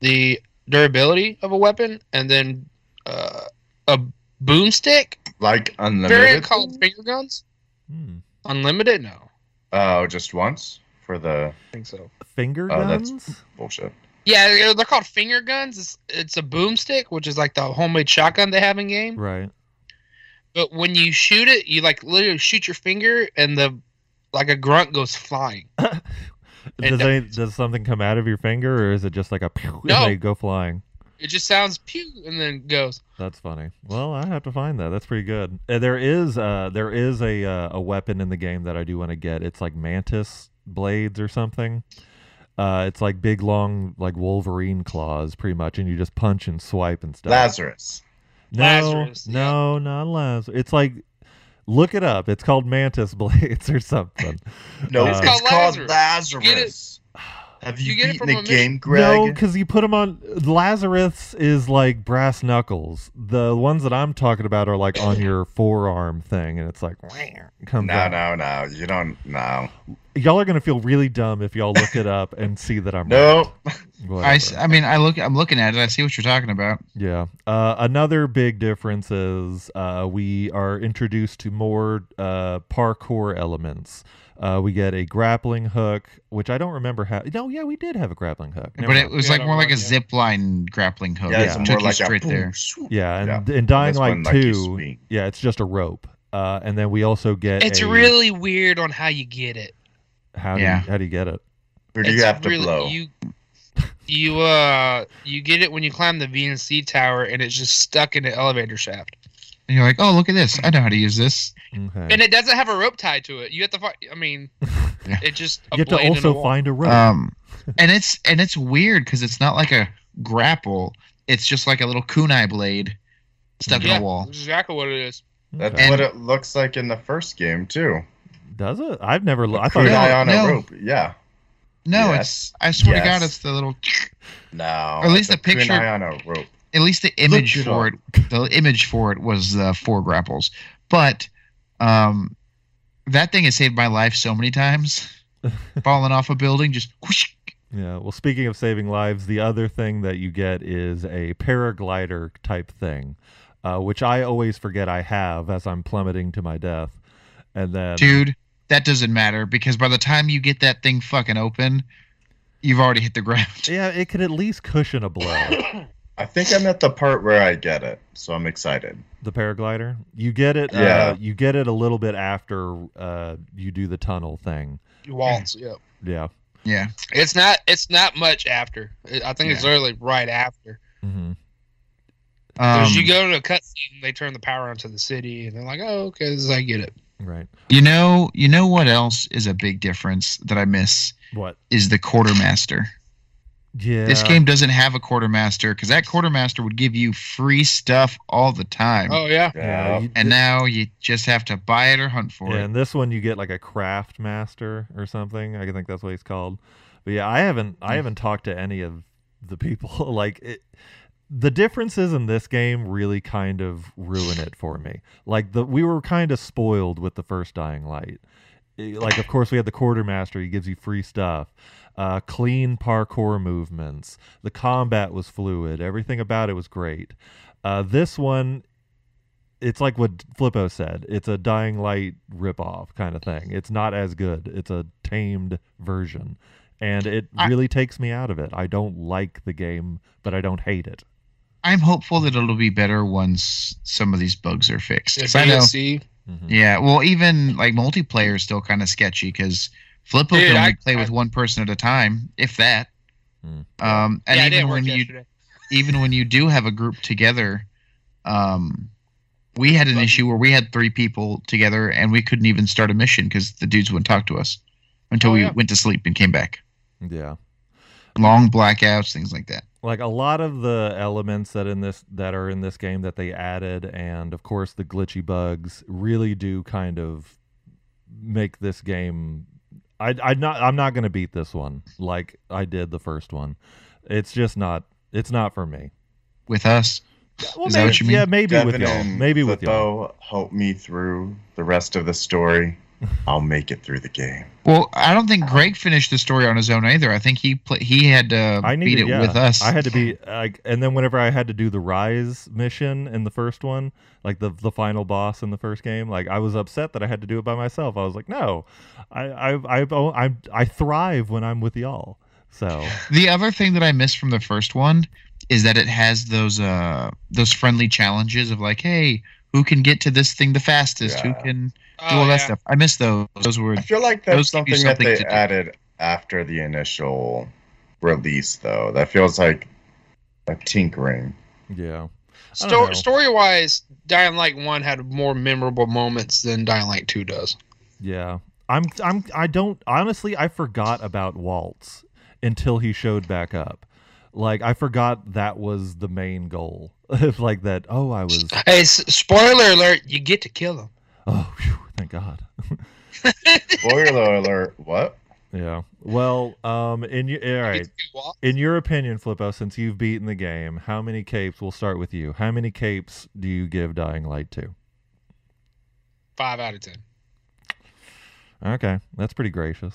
D: the durability of a weapon, and then uh, a boomstick
C: Like
D: variant
C: unlimited.
D: called finger guns.
A: Hmm.
D: Unlimited? No, I
C: Oh, just once for the
D: think so.
A: Finger
C: Oh, that's-
A: guns?
C: bullshit.
D: Yeah, they're- they're called finger guns. It's, it's a boomstick, which is like the homemade shotgun they have in game.
A: Right.
D: But when you shoot it, you like literally shoot your finger, and the like a grunt goes flying.
A: Does any, does something come out of your finger, or is it just like a pew
D: No.
A: and they go flying?
D: It just sounds pew, and then goes.
A: That's funny. Well, I have to find that. That's pretty good. Uh, There is uh there is a uh, a weapon in the game that I do want to get. It's like mantis blades or something. Uh, it's like big long like Wolverine claws, pretty much, and you just punch and swipe and stuff.
C: Lazarus.
A: No,
D: Lazarus, yeah.
A: no, not Lazarus. It's like look it up. It's called mantis blades or something.
C: No,
A: Uh,
C: it's,
D: It's called
C: called
D: Lazarus.
C: Lazarus.
D: Get it-
C: Have
D: you
C: you,
D: get it
C: beaten
D: from
C: the
D: a mission-
C: game,
A: No,
C: Greg?
A: because you put them on. Lazarus is like brass knuckles. The ones that I'm talking about are like on your forearm thing, and it's like comes
C: No,
A: out.
C: no, no. You don't. No.
A: Y'all are gonna feel really dumb if y'all look it up and see that I'm
C: Nope.
A: right.
B: I, s-
A: Whatever.
B: I mean, I look, I'm looking at it. I see what you're talking about.
A: Yeah. Uh, another big difference is uh, we are introduced to more uh, parkour elements. Uh, we get a grappling hook, which I don't remember how. No, yeah, we did have a grappling hook. Never
B: but
A: mind.
B: it was
D: Yeah,
B: like
D: I
B: more
D: don't
B: like a
D: want- yeah.
B: zip line grappling hook.
C: Yeah,
B: It
C: it's
A: Yeah.
B: took
C: more
B: you
C: like a
B: straight there.
C: boom,
A: Yeah, and,
C: Yeah.
A: and Dying
C: That's
A: Light
C: when, like, you
A: 2,
C: swing.
A: yeah, it's just a rope. Uh, and then we also get
D: It's
A: a,
D: really weird on how you get it.
A: how do
B: Yeah.
A: you, how do you get it?
C: Who do you
D: It's
C: have to
D: really-
C: blow?
D: You, you uh you get it when you climb the VNC tower, and it's just stuck in an elevator shaft,
B: And you're like, oh, look at this. I know how to use this.
A: Okay.
D: and it doesn't have a rope tied to it. You have to find. I mean,
B: Yeah.
D: it just a
A: you have to
D: blade in a
A: also
D: wall.
A: find a rope.
B: Um, and it's and it's weird because it's not like a grapple. It's just like a little kunai blade stuck
D: yeah,
B: in a wall.
D: that's exactly what it is.
C: That's
A: Okay.
C: what it looks like in the first game too.
A: Does it? I've never. lo- I
C: Put
A: thought.
B: No,
C: eye on a
B: no.
C: rope. Yeah.
B: No,
C: Yes.
B: it's. I swear to God,
C: Yes.
B: it's the little.
C: No.
B: Or at least
C: it's
B: the
C: a
B: picture-
C: Kunai on a rope.
B: At least the
C: it
B: image for
C: up.
B: it. The image for it was uh, four grapples, but um, that thing has saved my life so many times. Falling off a building, just whoosh,
A: Yeah. Well, speaking of saving lives, the other thing that you get is a paraglider type thing, uh, which I always forget I have as I'm plummeting to my death. And then
B: dude. That doesn't matter because by the time you get that thing fucking open, you've already hit the ground.
A: yeah, it could at least cushion a blow.
C: I think I'm at the part where I get it, so I'm excited.
A: the paraglider. You get it. Uh,
C: Yeah.
A: you get it a little bit after uh, you do the tunnel thing.
D: Walls. Yeah,
A: Yeah.
B: Yeah.
D: it's not. It's not much after. It- I think it's literally right after.
A: hmm
B: Um,
D: 'Cause you go to a cutscene, they turn the power onto the city, and they're like, "Oh, okay, this is, I get it."
A: Right.
B: You know, you know what else is a big difference that I miss
A: What?
B: is the quartermaster.
A: Yeah.
B: This game doesn't have a quartermaster because that quartermaster would give you free stuff all the time,
D: Oh yeah,
A: Yeah. you-
B: and now you just have to buy it or hunt for
A: Yeah,
B: it.
A: and this one you get like a craft master or something. I think that's what he's called. But yeah, I haven't I
B: Mm.
A: haven't talked to any of the people. like it, the differences in this game really kind of ruin it for me. Like the we were kind of spoiled with the first Dying Light. Eh, Like of course we had the quartermaster. He gives you free stuff. Uh, clean parkour movements. The combat was fluid. Everything about it was great. Uh, this one it's like what Flippo said. It's a Dying Light ripoff kind of thing. It's not as good. It's a tamed version, and it
B: I-
A: really takes me out of it. I don't like the game, but I don't hate it.
B: I'm hopeful that it'll be better once some of these bugs are fixed.
D: the
B: 'Cause I know-
D: VNC.
A: Mhm.
B: Yeah, well, even like multiplayer is still kind of sketchy because Flippo
D: Dude,
B: can only
D: I-
B: play with
D: I- Hmm.
B: one person at a time, if that.
A: Mm.
B: Um, and
D: yeah, I
B: even
D: didn't work
B: when you
D: yesterday.
B: even when you do have a group together, um, we had an issue where we had three people together and we couldn't even start a mission because the dudes wouldn't talk to us until
D: Oh,
B: we
D: yeah.
B: went to sleep and came back.
A: Yeah,
B: Long blackouts, things like that.
A: like a lot of the elements that in this that are in this game that they added, and of course the glitchy bugs really do kind of make this game. I I not I'm not gonna beat this one like I did the first one. It's just not. It's not for me.
B: With us,
A: Well,
B: Is
A: maybe,
B: that what you mean?
A: Yeah, maybe
C: Devin
A: with y'all.
C: and
A: Maybe with y'all.
C: Lippo help me through the rest of the story. I'll make it through the game.
B: well, I don't think Greg finished the story on his own either. I think he pla he had to
A: I
B: beat
A: needed,
B: it
A: yeah.
B: with us.
A: I had to be like, and then whenever I had to do the rise mission in the first one, like the the final boss in the first game, like I was upset that I had to do it by myself. I was like, no, I I I I, I thrive when I'm with y'all. So
B: The other thing that I miss from the first one is that it has those uh those friendly challenges of like, hey, who can get to this thing the fastest?
C: Yeah.
B: Who can do
D: Oh,
B: all that
D: yeah.
B: stuff? I miss those. Those were
C: I feel like
B: Those
C: that's
B: give you
C: something,
B: something
C: that
B: to
C: they
B: do.
C: added after the initial release, though. That feels like a tinkering.
A: yeah, I don't know.
D: Sto- story wise, Dying Light One had more memorable moments than Dying Light Two does.
A: yeah. I'm I'm I don't honestly I forgot about Waltz until he showed back up. Like I forgot that was the main goal. like that. Oh, I was.
D: Hey, s- spoiler alert! You get to kill him.
A: Oh, phew, thank God.
C: Spoiler alert! What?
A: Yeah. Well, um, in your all right. In your opinion, Flippo, since you've beaten the game, how many capes? We'll start with you. How many capes do you give Dying Light to?
D: Five out of ten.
A: Okay, that's pretty gracious.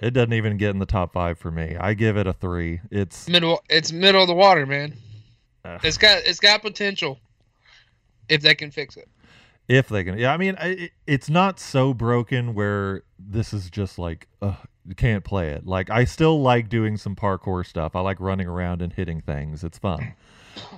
A: It doesn't even get in the top five for me. I give it a three. It's
B: Mm.
D: Middle, it's middle of the water, man.
A: Ugh.
D: It's got it's got potential if they can fix it.
A: if they can. Yeah, I mean, I- it, it's not so broken where this is just like ugh, you can't play it. Like I still like doing some parkour stuff. I like running around and hitting things. It's fun.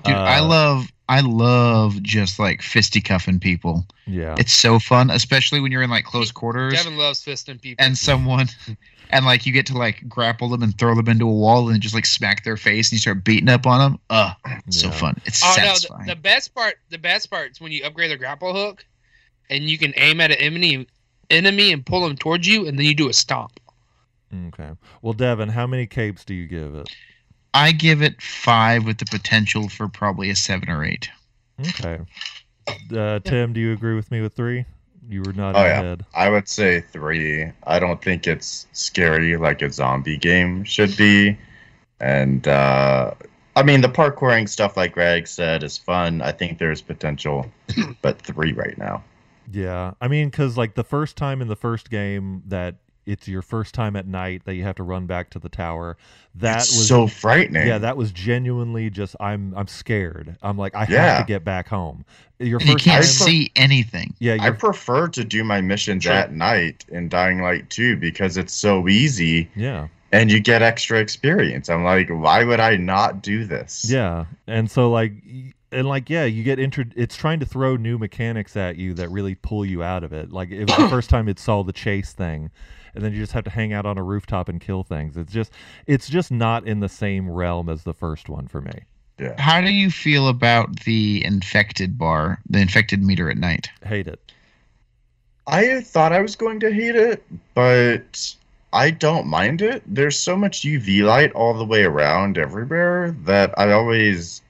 B: dude, I
A: Uh,
B: love I love just like fisticuffing people.
A: Yeah.
B: It's so fun, especially when you're in like close quarters
D: Devin loves fisting people.
B: and someone and like you get to like grapple them and throw them into a wall and just like smack their face and you start beating up on them. Uh, it's so
A: Yeah.
B: fun. It's
D: oh
B: satisfying.
D: no, the, the best part, the best part is when you upgrade the grapple hook, and you can aim at an enemy, enemy and pull them towards you, and then you do a stomp.
A: Okay. Well, Devin, how many capes do you give it?
B: I give it five with the potential for probably a seven or eight.
A: Okay. Uh, Tim, do you agree with me with three? You were nodding
C: Oh,
A: your
C: yeah.
A: head.
C: I would say three. I don't think it's scary like a zombie game should be. And uh, I mean, the parkouring stuff, like Greg said, is fun. I think there's potential, but three right now.
A: Yeah. I mean, because like the first time in the first game that it's your first time at night that you have to run back to the tower. That
C: It's
A: was
C: so frightening.
A: yeah. That was genuinely just I'm I'm scared. I'm like I have
C: Yeah.
A: to get back home. Your
B: And you
A: first time.
B: can't see anything.
A: Yeah.
C: I
A: Your,
C: prefer to do my missions
B: Sure.
C: at night in Dying Light 2 because it's so easy
A: yeah.
C: and you get extra experience. I'm like, why would I not do this?
A: Yeah. And so like y- and like yeah, you get intro it's trying to throw new mechanics at you that really pull you out of it. Like it was the first time it saw the chase thing and then you just have to hang out on a rooftop and kill things. It's just it's just not in the same realm as the first one for me.
C: Yeah.
B: How do you feel about the infected bar, the infected meter at night?
A: Hate it.
C: I thought I was going to hate it, but I don't mind it. There's so much UV light all the way around everywhere that I always,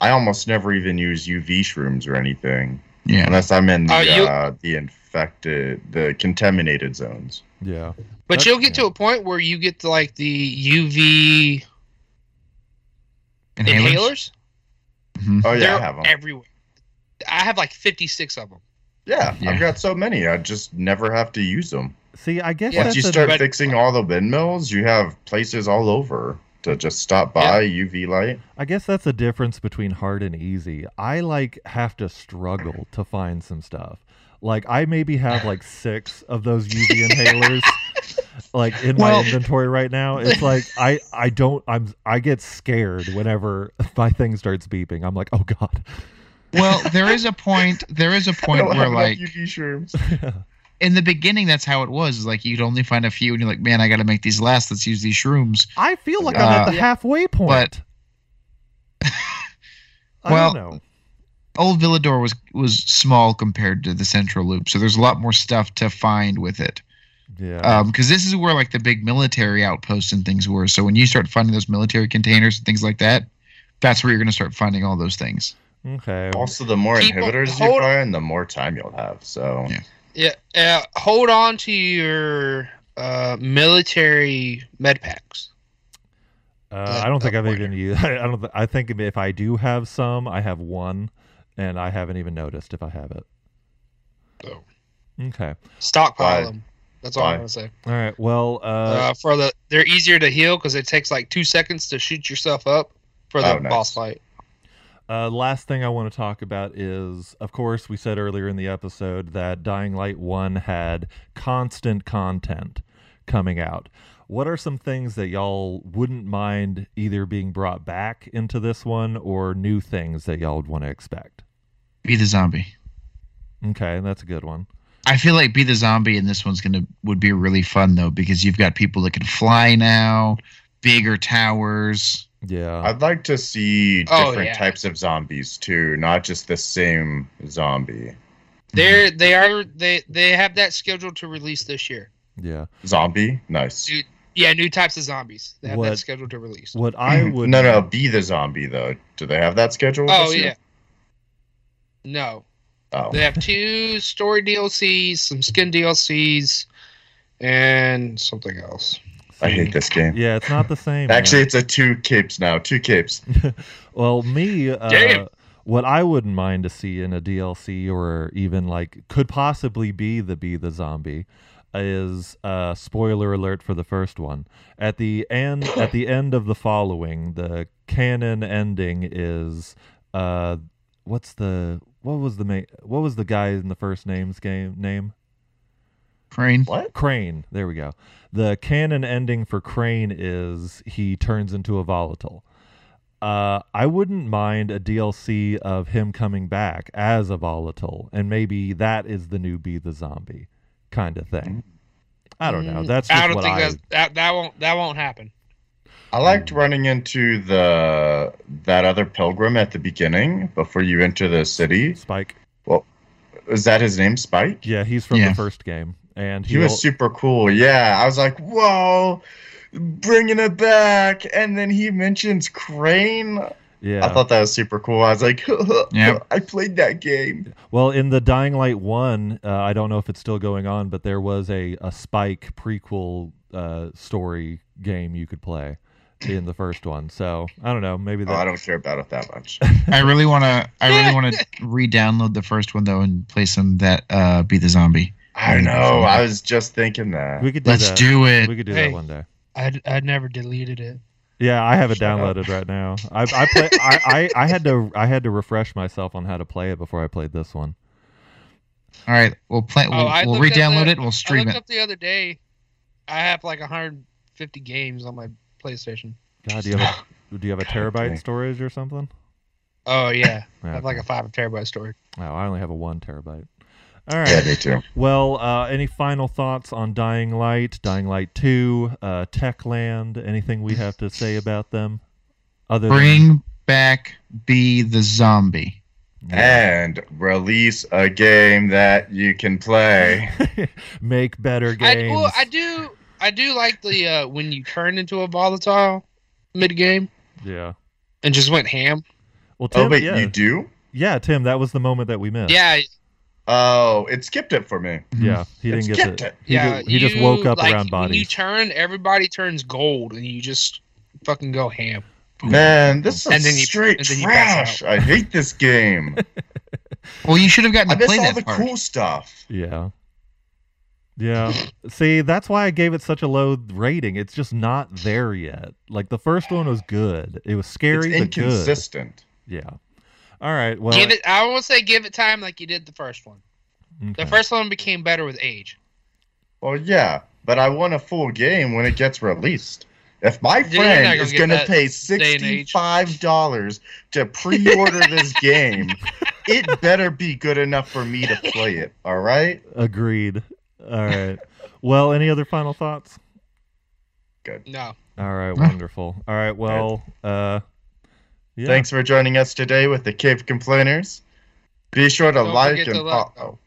C: I almost never even use UV shrooms or anything
B: Yeah.
C: unless I'm in the,
D: Are you-
C: uh, the infected, the contaminated zones.
A: Yeah.
D: But
A: That's-
D: you'll get
A: yeah.
D: to a point where you get to like the UV
B: Inhalers?
D: inhalers.
B: Mhm.
C: Oh, yeah,
D: They're
C: I have them.
D: everywhere. I have like fifty six of them.
C: Yeah,
B: Yeah.
C: I've got so many. I just never have to use them.
A: See, I guess
D: Yeah,
A: that's
C: Once you
A: a-
C: start
D: but-
C: fixing all the windmills, you have places all over to just stop by UV light.
A: I guess that's the difference between hard and easy. I like have to struggle to find some stuff. Like I maybe have like six of those UV inhalers like in
B: Well-
A: my inventory right now. It's like I I don't I'm I get scared whenever my thing starts beeping. I'm like, "Oh god."
B: Well, there is a point. There is a
C: I
B: point
C: don't
B: where,
C: have
B: like,
C: enough UV shrooms.
B: in the beginning, that's how it was. is, Like, you'd only find a few, and you're like, man, I got to make these last. Let's use these shrooms.
A: I feel like I'm at
B: Uh,
A: the halfway point.
B: but-
A: I
B: Well,
A: don't know.
B: Old Villador was was small compared to the Central Loop, so there's a lot more stuff to find with it.
A: Yeah.
B: because this is where like the big military outposts and things were. So when you start finding those military containers and things like that, that's where you're going to start finding all those things.
A: okay.
C: Also, the more
D: People-
C: inhibitors you
D: hold-
C: find, the more time you'll have. So
B: Yeah.
D: Yeah. Uh, hold on to your uh, military med packs.
A: Uh, I don't think
D: that
A: I've even used. I don't. th- I think if I do have some, I have one, and I haven't even noticed if I have it.
D: Oh.
A: Okay.
D: Stockpile
C: Why?
D: them. That's all
C: Why?
D: I'm gonna say.
A: All right. Well. Uh,
D: Uh, for the they're easier to heal because it takes like two seconds to shoot yourself up for the
C: Oh, nice.
D: boss fight.
A: Uh, last thing I want to talk about is, of course, we said earlier in the episode that Dying Light 1 had constant content coming out. What are some things that y'all wouldn't mind either being brought back into this one or new things that y'all would want to expect?
B: Be the zombie.
A: Okay, that's a good one.
B: I feel like be the zombie in this one's gonna would be really fun though because you've got people that can fly now, bigger towers.
A: Yeah.
C: I'd like to see
D: Oh,
C: different
D: yeah.
C: types of zombies too, not just the same zombie.
D: They're they are they they have that scheduled to release this year.
A: Yeah.
C: Zombie, nice.
D: Dude, Yeah, new types of zombies. They have
A: What?
D: that scheduled to release.
A: What I
C: Mhm.
A: would
C: no no be the zombie though. Do they have that scheduled?
D: mm-hmm. Oh
C: this
D: yeah.
C: year?
D: No,
C: Oh.
D: they have two story DLCs, some skin DLCs, and something else.
C: I hate this game.
A: Yeah, it's not the same. man.
C: Actually, it's a two capes now. Two capes.
A: Well, me, uh,
D: Damn.
A: what I wouldn't mind to see in a DLC or even like could possibly be the Be the Zombie is uh, spoiler alert for the first one. At the end, at the end of the following, the canon ending is uh, what's the what was the ma- what was the guy in the first names game name?
B: Crane.
C: What?
A: Crane. There we go. The canon ending for Crane is he turns into a volatile. Uh, I wouldn't mind a DLC of him coming back as a volatile, and maybe that is the new Be the Zombie kind of thing. I don't know.
D: Mm,
A: That's just
D: I don't
A: what
D: think
A: I.
D: that's, that that won't that won't happen.
C: I liked running into the that other pilgrim at the beginning before you enter the city.
A: Spike.
C: Is that his name, Spike?
A: Yeah, he's from
B: Yeah.
A: the first game, and
C: He was super cool. Yeah, I was like, whoa, bringing it back. And then he mentions Crane.
A: yeah.
C: I thought that was super cool. I was like,
B: Yeah.
C: I played that game.
A: Well, in the Dying Light one, uh, I don't know if it's still going on, but there was a a Spike prequel uh, story game you could play in the first one. So I don't know, maybe
C: Oh, I
A: that.
C: don't care about it that much.
B: I really wanna I really wanna re-download the first one though and play some that uh be the zombie.
C: I know. I was just thinking that.
A: we could do
B: Let's
A: that.
B: do it.
A: We could do
D: Hey.
A: that one day.
D: I I never deleted it.
A: Yeah, I have it
C: Shut up.
A: downloaded right now. I I, play, I, I I had to I had to refresh myself on how to play it before I played this one.
B: All right, we'll play
C: Oh,
B: we'll,
D: I
B: we'll
D: looked at
B: re-download
D: the-
B: it, we'll
D: I
B: stream it.
D: looked up the other day. I have like 150 games on my PlayStation.
A: God, do you have a, do you have a
C: dang.
A: terabyte storage or something?
D: Oh yeah, I
A: Yeah,
D: have like a five terabyte storage.
A: oh, I only have a one terabyte. All right.
C: Yeah, me too.
A: Well, uh, any final thoughts on Dying Light, Dying Light 2, uh, Techland, anything we have to say about them? Other
B: Bring back be the zombie.
A: than,
C: And release a game that you can play.
A: make better
D: I,
A: games.
D: well, I do I do like the uh, when you turn into a volatile mid game
A: yeah.
D: and just went ham.
A: Well, Tim,
C: Oh, wait,
A: yeah.
C: you do?
A: yeah, Tim, that was the moment that we missed.
D: Yeah,
C: Oh, it skipped it for me.
A: Yeah, he
C: It
A: didn't get
C: skipped
A: to.
C: it.
A: He,
D: yeah.
A: ju- he just
D: you,
A: woke up
D: like,
A: around
D: When you
A: bodies.
D: turn, everybody turns gold, and you just fucking go ham.
C: Man, this
D: And
C: is
D: then you-
C: straight
D: and then you pass
C: trash. I hate this game.
B: Well, you should have gotten
C: I
B: to
C: miss
B: play
C: all
B: that
C: the
B: part.
C: cool stuff.
A: Yeah. Yeah. See, that's why I gave it such a low rating. It's just not there yet. Like the first one was good. It was
C: It's
A: scary but good.
C: inconsistent.
A: Yeah. All right. Well,
D: give it. I won't say give it time like you did the first one. The
A: okay.
D: first one became better with age.
C: Well, yeah, but I want a full game when it gets released. If my
D: Dude, you're not
C: friend
D: gonna
C: is
D: get
C: going to
D: that
C: pay
D: and age.
C: $65 to pre order this game, it better be good enough for me to play it, all right?
A: Agreed. All right. well, any other final thoughts?
D: No,
A: All right,
B: Huh.
A: wonderful. All right, well, uh yeah.
C: Thanks for joining us today with the Cave Complainers. Be sure to
D: Don't
C: like
D: forget
C: and
D: to like-
C: follow.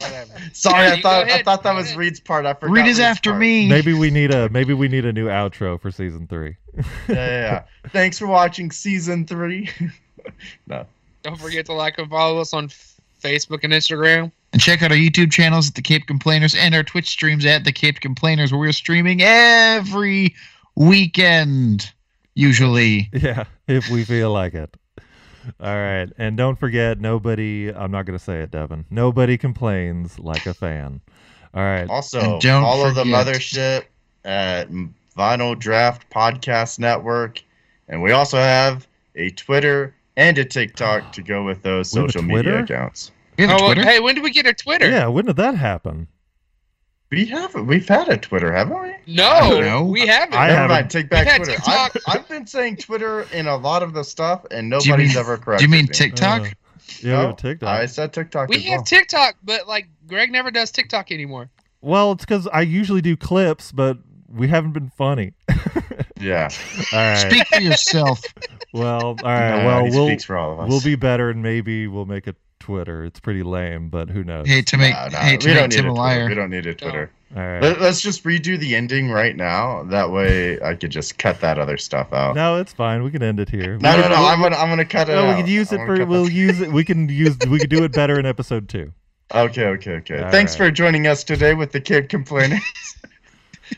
D: whatever.
C: Sorry, I
D: You go
C: thought I
D: ahead,
C: thought that
D: go
C: was
D: ahead.
C: Reed's part. I forgot.
B: Read is
C: Reed's
B: after
C: part.
B: me.
A: Maybe we need a maybe we need a new outro for season 3.
C: Yeah, yeah, yeah. Thanks for watching season three.
D: Don't forget to like and follow us on F- Facebook and Instagram.
B: And check out our YouTube channels at The Caped Complainers and our Twitch streams at The Caped Complainers, where we're streaming every weekend, usually.
A: yeah, if we feel like it. All right. And don't forget nobody I'm not going to say it, Devin. Nobody complains like a fan. All right.
C: Also,
B: And don't
C: follow the
B: forget-
C: mothership at Vinyl Draft Podcast Network, and we also have a Twitter and a TikTok to go with those
A: We have a
C: social
A: Twitter?
C: media accounts.
B: We have a
D: Oh,
B: Twitter.
D: hey, when did we get a Twitter?
A: Yeah, when did that happen?
C: We have we've had a Twitter, haven't we?
B: I
D: No,
B: don't know.
D: we haven't.
A: I
C: Never
A: haven't.
C: mind. Take back
D: Yeah,
C: Twitter. I've,
D: TikTok.
C: I've been saying Twitter in a lot of the stuff, and
B: Do you
C: nobody's
B: mean-
C: ever
B: Do
C: corrected
B: you mean
C: me.
A: Uh,
B: TikTok?
A: yeah, we
C: No,
A: have TikTok.
C: I said TikTok.
D: we
C: as
D: have
C: well.
D: TikTok, but like Greg never does TikTok anymore.
A: Well, it's because I usually do clips, but we haven't been funny.
C: yeah.
A: All right.
B: Speak for yourself.
A: well, all right.
C: No,
A: well,
C: he
A: we'll
C: speaks for all of us.
A: we'll be better, and maybe we'll make a Twitter. It's pretty lame, but who knows?
B: Hate to make
C: No, no,
B: hate to
C: we
B: make
C: don't need
B: Tim
C: a
B: a
C: Twitter. We
B: liar.
C: don't need a Twitter.
A: All right.
C: Let, us just redo the ending right now. That way, I could just cut that other stuff out. No,
A: No, it's fine. We can end it here.
C: no,
A: we,
C: no. I'm gonna I'm gonna cut it.
A: no, we
C: out.
A: can use
C: I
A: it
C: wanna
A: for.
C: cut
A: We'll
C: that-
A: use it. We can use. We can do it better in episode two.
C: Okay, okay, okay.
A: All
C: Thanks
A: right.
C: for joining us today with the Kid Complainer.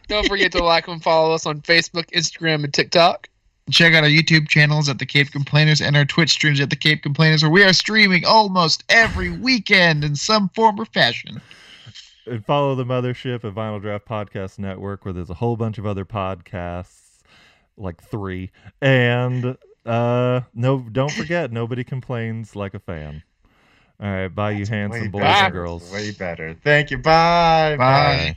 D: Don't forget to like and follow us on Facebook, Instagram, and TikTok.
B: Check out our YouTube channels at the Cape Complainers and our Twitch streams at the Cape Complainers, where we are streaming almost every weekend in some form or fashion.
A: And follow the mothership at Vinyl Draft Podcast Network, where there's a whole bunch of other podcasts, like three. And uh, no, don't forget, nobody complains like a fan. All right, bye, you handsome
C: Way
A: boys
C: better.
A: and girls.
C: Way better. Thank you. Bye.
B: Bye.